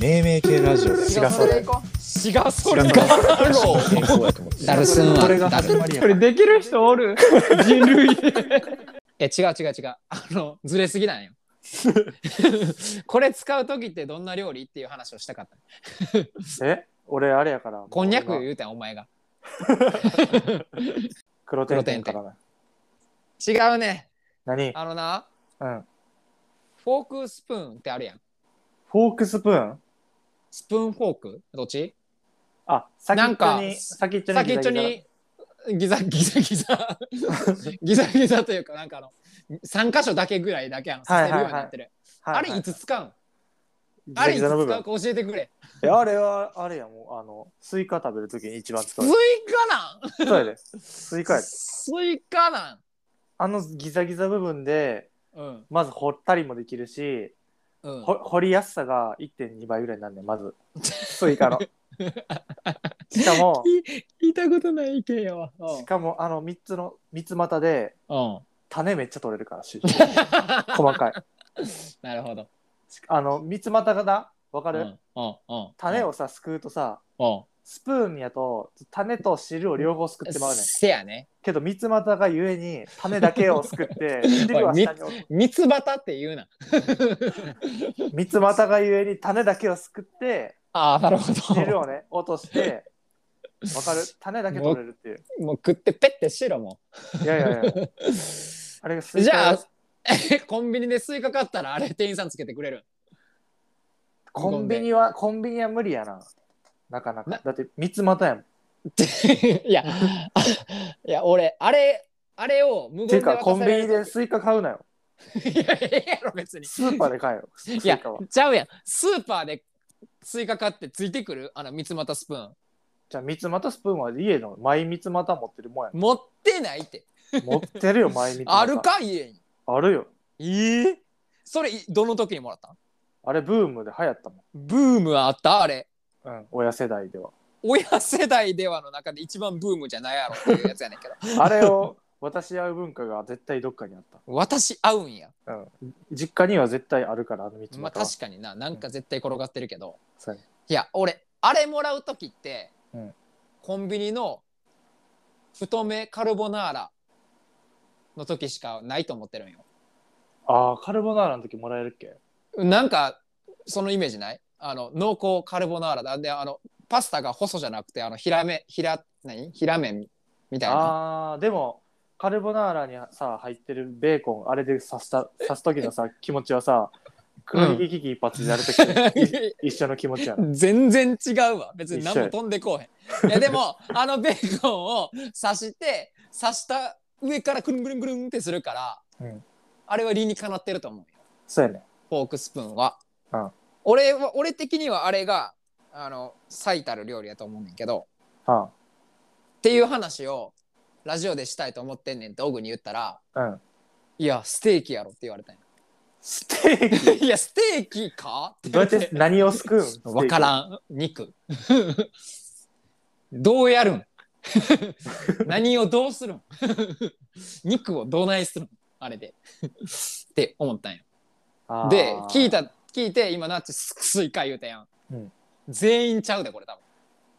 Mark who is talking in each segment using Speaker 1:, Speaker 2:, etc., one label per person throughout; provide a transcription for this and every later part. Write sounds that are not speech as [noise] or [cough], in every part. Speaker 1: 命名系ラジオだよ
Speaker 2: 違うそれ行こ
Speaker 3: 違うそれ
Speaker 1: 違う
Speaker 3: ガーロー
Speaker 1: 健康やと思って
Speaker 4: ダルスン
Speaker 2: これ
Speaker 4: はダ
Speaker 2: が
Speaker 4: ル
Speaker 2: う
Speaker 5: これできる人おる人類で。
Speaker 3: え違う違う違うあのずれすぎなんよ [laughs] これ使う時ってどんな料理っていう話をしたかった
Speaker 2: え俺あれやから
Speaker 3: こんにゃく言うてんお前が
Speaker 2: 黒点点からな
Speaker 3: 違うね
Speaker 2: 何
Speaker 3: あのな
Speaker 2: うん
Speaker 3: フォークスプーンってあるやん
Speaker 2: フォークスプーン
Speaker 3: スプーンフォークどっち
Speaker 2: あ先
Speaker 3: な
Speaker 2: っ
Speaker 3: ん
Speaker 2: ちょ
Speaker 3: か
Speaker 2: に先っちょに
Speaker 3: 先っちょにギザギザギザ
Speaker 2: [laughs]
Speaker 3: ギザギザというかなんかあの3箇所だけぐらいだけあの
Speaker 2: はい
Speaker 3: さ
Speaker 2: はいはい
Speaker 3: せるようになってる、
Speaker 2: はいはい
Speaker 3: あれいつ使うん
Speaker 2: ギ
Speaker 3: あ
Speaker 2: ザ
Speaker 3: れ
Speaker 2: ギ
Speaker 3: いつ
Speaker 2: ザの
Speaker 3: 使
Speaker 2: 部
Speaker 3: う
Speaker 2: 分
Speaker 3: か教えてくれ
Speaker 2: いやあれはあれやもうあのスイカ食べるときに一番使
Speaker 3: [laughs] スイ
Speaker 2: う
Speaker 3: カなん
Speaker 2: そうやでスイカやで
Speaker 3: スイカなん
Speaker 2: あのギザギザ部分で
Speaker 3: うん
Speaker 2: まず掘ったりもできるし、
Speaker 3: うん
Speaker 2: ほ掘りやすさが1.2倍ぐらいになんねんまずスイカの
Speaker 3: [laughs]
Speaker 2: しかも
Speaker 3: 聞いたことない意見やわうん
Speaker 2: しかもあの3つの三つ股で
Speaker 3: うん
Speaker 2: 種めっちゃ取れるからし [laughs] 細かい
Speaker 3: なるほど
Speaker 2: あの三つ股がなわか
Speaker 3: あ
Speaker 2: る、
Speaker 3: うんうん
Speaker 2: 種をさすくうとさ
Speaker 3: うん
Speaker 2: スプーンやと種と汁を両方すくってまうねん
Speaker 3: せやね
Speaker 2: けど三つ股がゆえに種だけをすくって
Speaker 3: [laughs]
Speaker 2: 汁は下に置く
Speaker 3: 三つ旗って言うな
Speaker 2: 三つ股がゆえに種だけをすくって
Speaker 3: ああなるほ
Speaker 2: 汁
Speaker 3: ど
Speaker 2: をね落としてわかる種だけ取れるっていう
Speaker 3: もう食ってペッてしろも
Speaker 2: いやいやいやあれがス
Speaker 3: う
Speaker 2: イ
Speaker 3: じ
Speaker 2: カ
Speaker 3: ゃあえコンビニでスイカ買ったらあれ店員さんつけてくれる
Speaker 2: コンビニはコンビニは無理やななかなか
Speaker 3: な
Speaker 2: だって三つ股やもん
Speaker 3: いや、あいや、俺、あれ、あれを無
Speaker 2: ってい
Speaker 3: 言
Speaker 2: う
Speaker 3: で
Speaker 2: か
Speaker 3: 渡
Speaker 2: コン
Speaker 3: さ
Speaker 2: ビ
Speaker 3: れ
Speaker 2: ニ
Speaker 3: る
Speaker 2: でスイカ買うなよ
Speaker 3: いや、ええやろ、別に。
Speaker 2: スーパーで買えよス
Speaker 3: いや
Speaker 2: イカは、
Speaker 3: ちゃうやん。スーパーでスイカ買ってついてくるあの、三つ股スプーン。
Speaker 2: じゃあ三つ股スプーンは家の毎三つ股持ってるもん
Speaker 3: [laughs]
Speaker 2: や
Speaker 3: 持ってないって。
Speaker 2: 持ってるよ毎三つ股
Speaker 3: あるか、家に。
Speaker 2: あるよ
Speaker 3: ええそれ、いどの時にもらったん
Speaker 2: あれブームで流行ったも
Speaker 3: ブームあったあれ。
Speaker 2: ん、うん、親世代では
Speaker 3: 親世代ではの中で一番ブームじゃないやろっていうやつやねんけど。
Speaker 2: あれを渡し合う文化が絶対どっかにあっ
Speaker 3: 私、合うんや。
Speaker 2: た、うん、実家には絶対あるからあの三つ
Speaker 3: まあ、
Speaker 2: 股は、
Speaker 3: 確かにな、なんか絶対転がってるけど。
Speaker 2: そうや
Speaker 3: いや俺あれもらう時って、
Speaker 2: うん
Speaker 3: コンビニの太めカルボナーラの時しかないと思ってるんよ
Speaker 2: ああカルボナーラの時もらえるっけ
Speaker 3: なんかそのイメージないあの濃厚カルボナーラだであのパスタが細じゃなくてあの平め平何平麺みたいな
Speaker 2: あーでもカルボナーラにさ入ってるベーコンあれで刺した刺す時のさ気持ちはさ黒ひげ危機一発でやる時と
Speaker 3: [laughs]
Speaker 2: 一緒の気持ちやな
Speaker 3: 全然違うわ別に
Speaker 2: 一緒
Speaker 3: 何
Speaker 2: や
Speaker 3: も飛んでこうへんいや
Speaker 2: [laughs]
Speaker 3: でもあのベーコンを刺して刺した上からくるんくるんくるんってするから、
Speaker 2: うん
Speaker 3: あれは理にかなってると思うよ
Speaker 2: そうやね
Speaker 3: フォークスプーンは、
Speaker 2: うん
Speaker 3: 俺は俺的にはあれがあの最たる料理やと思うねんけど
Speaker 2: は
Speaker 3: っていう話をラジオでしたいと思ってんねんってオグに言ったら
Speaker 2: あうん
Speaker 3: 「いやステーキやろ」って言われた
Speaker 2: [laughs]
Speaker 3: んよ
Speaker 2: ステーキ
Speaker 3: いやステーキか?」って
Speaker 2: どう
Speaker 3: 言
Speaker 2: やっ
Speaker 3: われ
Speaker 2: て
Speaker 3: [laughs] て
Speaker 2: 何をすくうん
Speaker 3: 「分か
Speaker 2: ん
Speaker 3: らん肉」 [laughs] どうやるん [laughs] 何をどうするん [laughs] 肉をどないするんあれでって思ったんよで聞い
Speaker 2: い
Speaker 3: た聞いて今なっちススイカ言うたやん、
Speaker 2: うん
Speaker 3: 全員ちゃうでこれ多分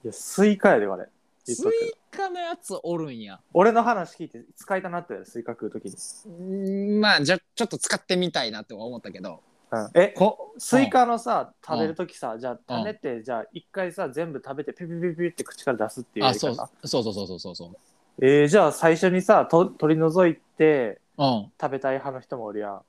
Speaker 2: やスイカやであれ言っ
Speaker 3: ス
Speaker 2: とくけど
Speaker 3: イカのやつおるんや
Speaker 2: 俺の話聞いて使いたなったよスイカ食う時に、
Speaker 3: んーまあじゃちょっと使ってみたいなって思ったけど
Speaker 2: うん、え
Speaker 3: こ
Speaker 2: スイカのさ食べる時さじゃあ種ってじゃあ一回さ全部食べてピピピピって口から出すっていうや
Speaker 3: あ
Speaker 2: り方
Speaker 3: そうそうそうそうそうそうそう
Speaker 2: えー、じゃあ最初にさと取り除いて
Speaker 3: うん
Speaker 2: 食べたい派の人もおるやん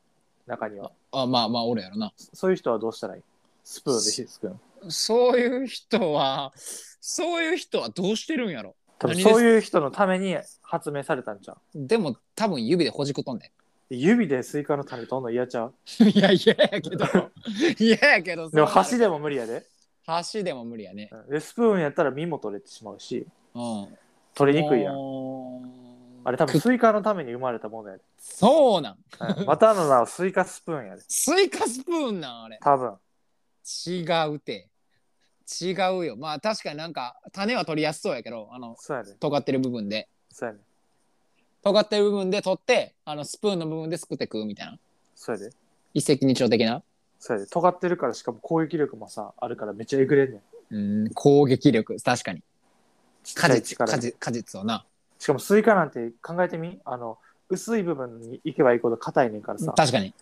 Speaker 2: 中には
Speaker 3: あまあまあおるやろな
Speaker 2: そういう人はどうしたらいいスプーンで火つくの
Speaker 3: そういう人はそういう人はどうしてるんやろ
Speaker 2: 多分
Speaker 3: 何です
Speaker 2: そういう人のために発明されたんじゃん
Speaker 3: でも多分指でほじくとんで
Speaker 2: 指でスイカの種取んの嫌ちゃう
Speaker 3: [laughs] いや嫌やけ
Speaker 2: [laughs]
Speaker 3: ど嫌やけど
Speaker 2: でも箸
Speaker 3: 箸
Speaker 2: でも無理やで
Speaker 3: 箸でも無理やね
Speaker 2: うんでスプーンやったら身も取れてしまうし
Speaker 3: うん
Speaker 2: 取りにくいやん
Speaker 3: ん
Speaker 2: あれ多分スイカのために生まれたものやで、
Speaker 3: そうなん
Speaker 2: [laughs] うんまたの名はスイカスプーンやで
Speaker 3: スイカスプーンなんあれ
Speaker 2: 多分
Speaker 3: 違うて違うよまあ確かになんか種は取りやすそうやけどあの
Speaker 2: そうやね
Speaker 3: 尖ってる部分で
Speaker 2: そうやね
Speaker 3: 尖ってる部分で取ってあのスプーンの部分ですくって食うみたいな
Speaker 2: そうやで
Speaker 3: 一石二鳥的な
Speaker 2: そうやで尖ってるからしかも攻撃力もさあるからめっちゃえぐれんねん
Speaker 3: うん攻撃力確かに
Speaker 2: ちっち
Speaker 3: 果
Speaker 2: ゃい
Speaker 3: 実
Speaker 2: 力
Speaker 3: 果
Speaker 2: で
Speaker 3: 実果実をな
Speaker 2: しかもスイカなんて考えてみあの薄い部分に行けば行くほど硬いねんからさ
Speaker 3: 確かに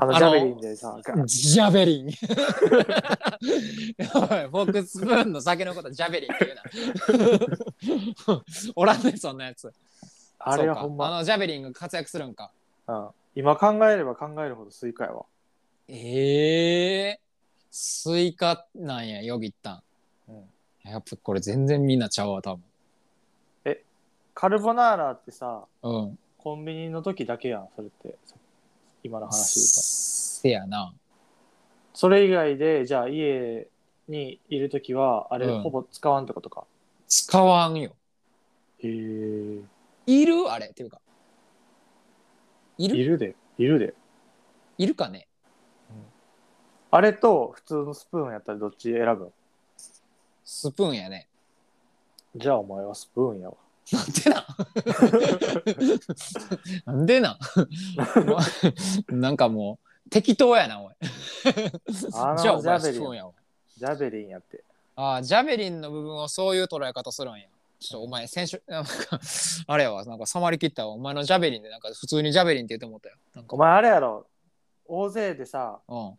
Speaker 2: あの
Speaker 3: あの
Speaker 2: ジャベリンでさガーッ
Speaker 3: ジャベリン [laughs] おいフォックスプーンの酒のことジャベリンって言うな [laughs] おらんねそんなやつ
Speaker 2: あれは
Speaker 3: そうか
Speaker 2: ほん
Speaker 3: あ
Speaker 2: ま、
Speaker 3: のジャベリンが活躍するんか
Speaker 2: うん、今考えれば考えるほどスイカやわ、
Speaker 3: ええスイカなんやよぎったん
Speaker 2: うん、
Speaker 3: やっぱこれ全然みんなちゃうわ多
Speaker 2: カルボナーラってさ
Speaker 3: 分うん
Speaker 2: コンビニの時だけやんそれって今の話で言うと
Speaker 3: せやな
Speaker 2: それ以外でじゃあ家にいる時はあれ
Speaker 3: うん
Speaker 2: ほぼ使わんってことか、
Speaker 3: 使わんよ
Speaker 2: へえ
Speaker 3: いるあれっていうかいる
Speaker 2: い
Speaker 3: いる
Speaker 2: るでいるで
Speaker 3: かね
Speaker 2: あれと普通のスプーンやったらどっち選ぶん
Speaker 3: スプーンやね
Speaker 2: じゃあお前はスプーンやわ
Speaker 3: なん [laughs] でなんなんでなんもうなん [laughs] かもう適当やなおい
Speaker 2: あの
Speaker 3: じゃあお
Speaker 2: ジャ
Speaker 3: 前
Speaker 2: ベ
Speaker 3: ス
Speaker 2: リ
Speaker 3: プーン
Speaker 2: ン
Speaker 3: やおい
Speaker 2: ジャベリンやって
Speaker 3: ああジャベリンの部分をそういう捉え方するんやちょっとお前先週 [laughs] なんかあれやわなんか染まりきったわお前のジャベリンでなんか普通にジャベリンって言って思ったよなんか
Speaker 2: お前あれやろ大勢でさ
Speaker 3: うん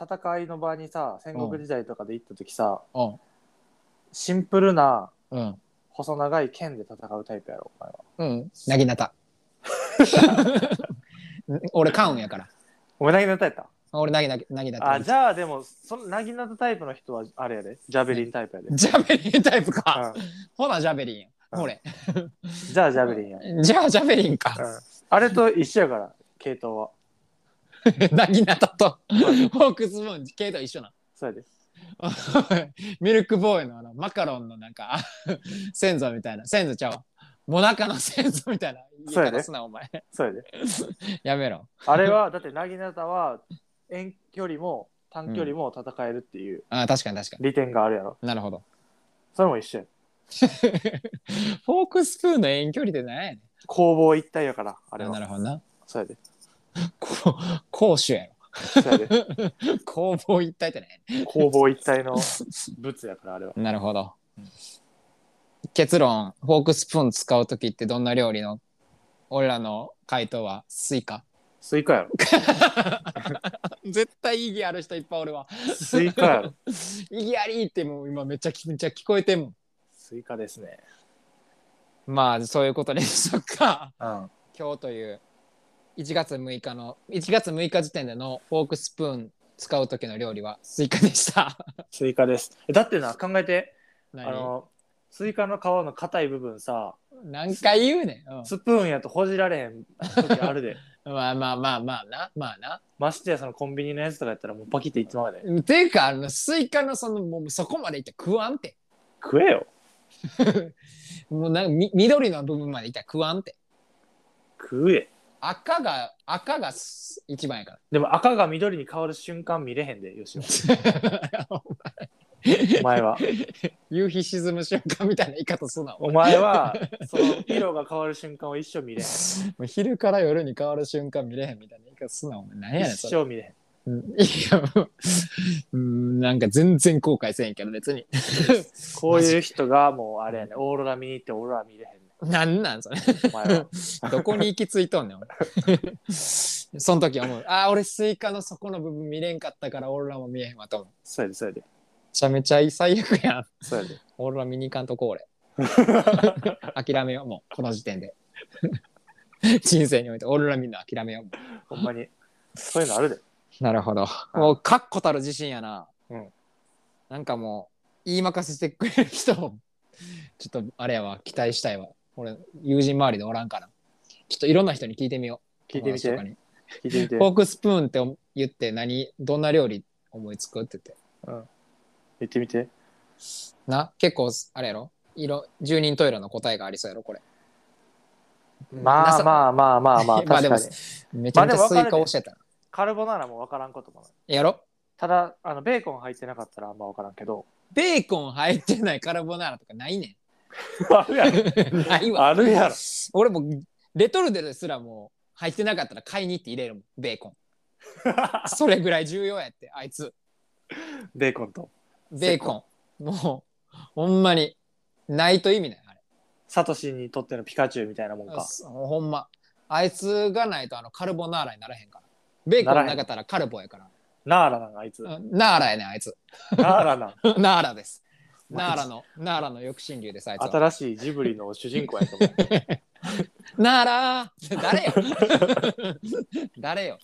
Speaker 2: 戦いの場にさ戦国時代とかで行った時さ、
Speaker 3: うん
Speaker 2: シンプルな
Speaker 3: うん
Speaker 2: 細長い剣で戦うタイプやろお前は
Speaker 3: うん、なぎなた。 [laughs] 俺、カウンやから。
Speaker 2: お前なぎなたやった
Speaker 3: 俺、なぎななぎなた。
Speaker 2: あじゃあでもそのなぎなたタイプの人はあれやでジャベリンタイプやで、
Speaker 3: ジャベリンタイプか。
Speaker 2: うん
Speaker 3: ほな、ジャベリンや。俺。
Speaker 2: じゃあジャベリンや、
Speaker 3: じゃあ、ジャベリン
Speaker 2: う
Speaker 3: か。
Speaker 2: んあれと一緒やから系統は
Speaker 3: [laughs] なぎなたと、フォークスプーン、系統一緒な。
Speaker 2: そうやで
Speaker 3: [laughs] ミルクボーイのあのマカロンのなんか、あ [laughs] 先祖みたいな。先祖ちゃうわ。モナカの先祖みたいな。
Speaker 2: そうや
Speaker 3: 言い
Speaker 2: ね
Speaker 3: 方すな、お前。 [laughs]
Speaker 2: そうやで
Speaker 3: やめろ。
Speaker 2: あれはだってなぎなたは遠距離も短距離も戦えるっていう
Speaker 3: あ確かに確か
Speaker 2: 利点があるやろ
Speaker 3: に。なるほど。 [laughs]
Speaker 2: それも一緒や
Speaker 3: フォークスプーンの遠距離でないやねん
Speaker 2: 攻防一体やからあ
Speaker 3: あ
Speaker 2: れ
Speaker 3: な
Speaker 2: は
Speaker 3: るほどな。
Speaker 2: そうやで
Speaker 3: こ攻守やろ。
Speaker 2: そうやで
Speaker 3: 攻防一体ってね。
Speaker 2: 攻防一
Speaker 3: [laughs]
Speaker 2: 体の物やからあれは
Speaker 3: なるほど
Speaker 2: うん。
Speaker 3: 結論、フォークスプーン使うときってどんな料理の俺らの回答はスイカ。
Speaker 2: スイカやろ
Speaker 3: 絶対意義ある人いっぱいおるわ。
Speaker 2: スイカやろ
Speaker 3: 意義ありってもう今めっちゃめっちゃ聞こえてんも
Speaker 2: スイカですね
Speaker 3: ん。まあそういうことでしょうか。
Speaker 2: うん
Speaker 3: 今日という1月6日の1月6日時点でのフォークスプーン使う時の料理はスイカでした。 [laughs]
Speaker 2: スイカですだってな考えてあ
Speaker 3: 何
Speaker 2: のスイカの皮の硬い部分さ
Speaker 3: 何回言うねん。うん
Speaker 2: スプーンやとほじられへん時あるで
Speaker 3: まあまあまあまあな。まあな。
Speaker 2: ましてやそのコンビニのやつとかやったらもうパキっていってまうで
Speaker 3: ていうかあのスイカのそのもうそこまでいったら食わんって
Speaker 2: 食えよ
Speaker 3: もうなんかみ緑の部分までいったら食わんって
Speaker 2: 食え
Speaker 3: 赤が赤がす一番やか
Speaker 2: でも赤が緑に変わる瞬間見れへんでよ
Speaker 3: [laughs]
Speaker 2: し
Speaker 3: ら [laughs]
Speaker 2: お前は
Speaker 3: 夕日沈む瞬間みたいな言い
Speaker 2: [laughs]
Speaker 3: 方すなお
Speaker 2: お前
Speaker 3: [laughs]
Speaker 2: はその色が変わる瞬間を一生見れへ
Speaker 3: 前もう昼から夜に変わる瞬間見れへんみたいな言い方すなお前何や
Speaker 2: ん
Speaker 3: ねん
Speaker 2: 一
Speaker 3: それ
Speaker 2: 生見れへん
Speaker 3: うんいやもううんなんか全然後悔せんけど別に
Speaker 2: こういう人がもうあれやねオーロラ見に行ってオーロラ見れへんね
Speaker 3: なんなんそれ
Speaker 2: んお前は
Speaker 3: どこに行き着いとんねん、俺。 [laughs] その時思う。ああ、俺スイカの底の部分見れんかったから、オーロラも見えへんわと思う。め
Speaker 2: そうやでそうやで
Speaker 3: ちゃめちゃ最悪やん。
Speaker 2: そうやで
Speaker 3: オーロラ見に行かんとこ、俺。 [laughs] 諦めよう、もう、この時点で。 [laughs] 人生においてオーロラ見るの諦めようも
Speaker 2: ほんまにそういうのあるで
Speaker 3: う。なるほど。もう、確固たる自信やな。
Speaker 2: うん
Speaker 3: なんかもう、言いまかせてくれる人を、 [laughs] ちょっと、あれやわ、期待したいわ。俺、友人周りでおらんから。ちょっといろんな人に聞いてみよう。
Speaker 2: 聞いてみて
Speaker 3: 友達とかに
Speaker 2: 聞いてみて
Speaker 3: フォークスプーンって言って何どんな料理思いつくって言って
Speaker 2: 言ってみて
Speaker 3: な結構あれやろ色十人十色の答えがありそうやろこれ
Speaker 2: まあまあまあまあまあ
Speaker 3: [laughs] まあ
Speaker 2: 確
Speaker 3: で
Speaker 2: か
Speaker 3: も
Speaker 2: に
Speaker 3: めちゃめちゃス
Speaker 2: ま
Speaker 3: イ
Speaker 2: あで
Speaker 3: カ
Speaker 2: も
Speaker 3: 教
Speaker 2: 分
Speaker 3: えたな
Speaker 2: カルボナーラも分からんこともない
Speaker 3: やろ
Speaker 2: ただあのベーコン入ってなかったらあんま分からんけど
Speaker 3: ベーコン入ってないカルボナーラとかないね
Speaker 2: [laughs] あるやろ
Speaker 3: ん [laughs] ないわ
Speaker 2: あるやろ
Speaker 3: 俺もレトルトですらもう入ってなかったら買いに行って入れるもんベーコンそれぐらい重要やってあいつ
Speaker 2: ベーコンと。
Speaker 3: ベーコンもうほんまにないと意味ないあれ
Speaker 2: サトシにとってのピカチュウみたいなもんか。
Speaker 3: ほんまあいつがないとあのカルボナーラにならへんからベーコンなかったらカルボやから
Speaker 2: ナーラなんあいつ。
Speaker 3: うんナーラやねんあいつ [laughs]
Speaker 2: ナーラ [laughs] なん。
Speaker 3: ナーラですナーラのナーラの抑神流ですあいつは
Speaker 2: 新しいジブリの主人公やと思 [laughs] う。
Speaker 3: ならー誰よ誰よ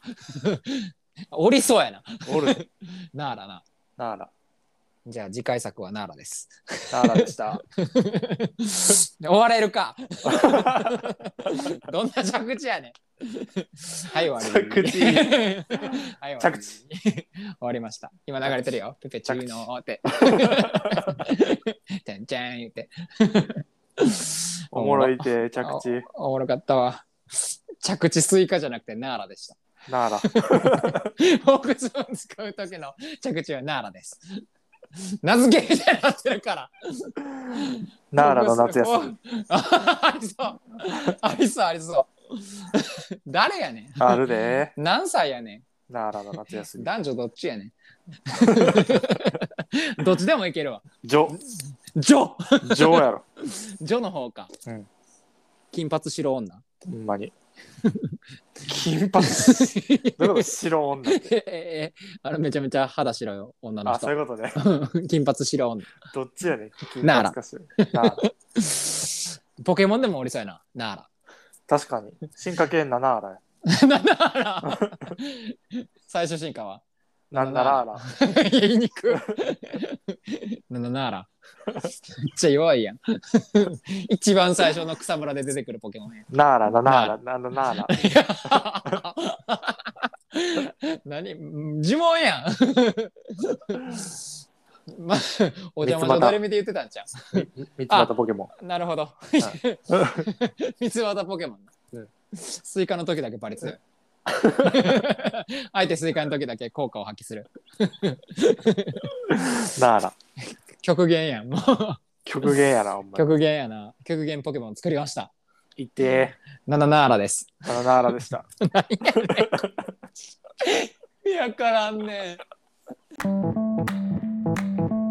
Speaker 3: おりそうやな。
Speaker 2: おる。
Speaker 3: なあらな。
Speaker 2: ナーラ。
Speaker 3: じゃあ次回作はなあらです。
Speaker 2: ナーラでした。
Speaker 3: 終われるか。 [laughs] どんな着地やねん。はい、終わり。
Speaker 2: 着地
Speaker 3: はい、終わり。
Speaker 2: 着地
Speaker 3: 終わりました。今流れてるよ。ペペチーノーって。じゃんじゃん言って。
Speaker 2: [laughs] おもろいて着地。
Speaker 3: おもろかったわ。着地スイカじゃなくてナーラでした。
Speaker 2: ナーラ。
Speaker 3: フォークスプーン使う時の着地はナーラです。名付けみたいになってるから。
Speaker 2: ナーラの夏休み。
Speaker 3: み。あありそう。ありそう、ありそう。誰やね
Speaker 2: あるで。
Speaker 3: ん。何歳やね
Speaker 2: ナーラの夏休
Speaker 3: ん。
Speaker 2: み。
Speaker 3: 男女どっちや
Speaker 2: [laughs]
Speaker 3: ねん。どっちでもいけるわ。
Speaker 2: ジョ、
Speaker 3: ジョ
Speaker 2: ジョやろ。
Speaker 3: ジョの方か。
Speaker 2: うん
Speaker 3: 金髪白女。
Speaker 2: ほん [laughs] まに。金髪。どういう [laughs] こと白女。
Speaker 3: ええあれめちゃめちゃ肌白い女の
Speaker 2: あ、そう
Speaker 3: 人。
Speaker 2: いうことね。
Speaker 3: [laughs] 金髪白女。
Speaker 2: どっちやねん。金
Speaker 3: ナーラ
Speaker 2: 髪かしら。 [laughs] ナーラ
Speaker 3: ポケモンでもおりそうやな。ナーラ。
Speaker 2: 確かに。進化系なナーラや。
Speaker 3: [laughs] なんだ
Speaker 2: [laughs]
Speaker 3: あら最初進化は [laughs]
Speaker 2: なんならーラ。
Speaker 3: 言いにくいなんだなあらめっちゃ弱いやん一番最初の草むらで出てくるポケモンや
Speaker 2: ナーラだ、ナーラ、なんだナーラ。
Speaker 3: いや [laughs] 何呪文やん [laughs] まお邪魔女誰見て言ってたんじゃ
Speaker 2: 三つまたポケモン。
Speaker 3: んなるほど三つ葉ポケモンな、
Speaker 2: うん
Speaker 3: スイカの時だけバ
Speaker 2: [laughs]
Speaker 3: リ強いあえてスイカの時だけ効果を発揮する
Speaker 2: ナーラ。
Speaker 3: 極限やんもう
Speaker 2: 極限やな、ほんまに。
Speaker 3: 極限やな極限ポケモン作りました
Speaker 2: いて
Speaker 3: ナナナーラです
Speaker 2: ー。あのナーラでした。
Speaker 3: いやからんねん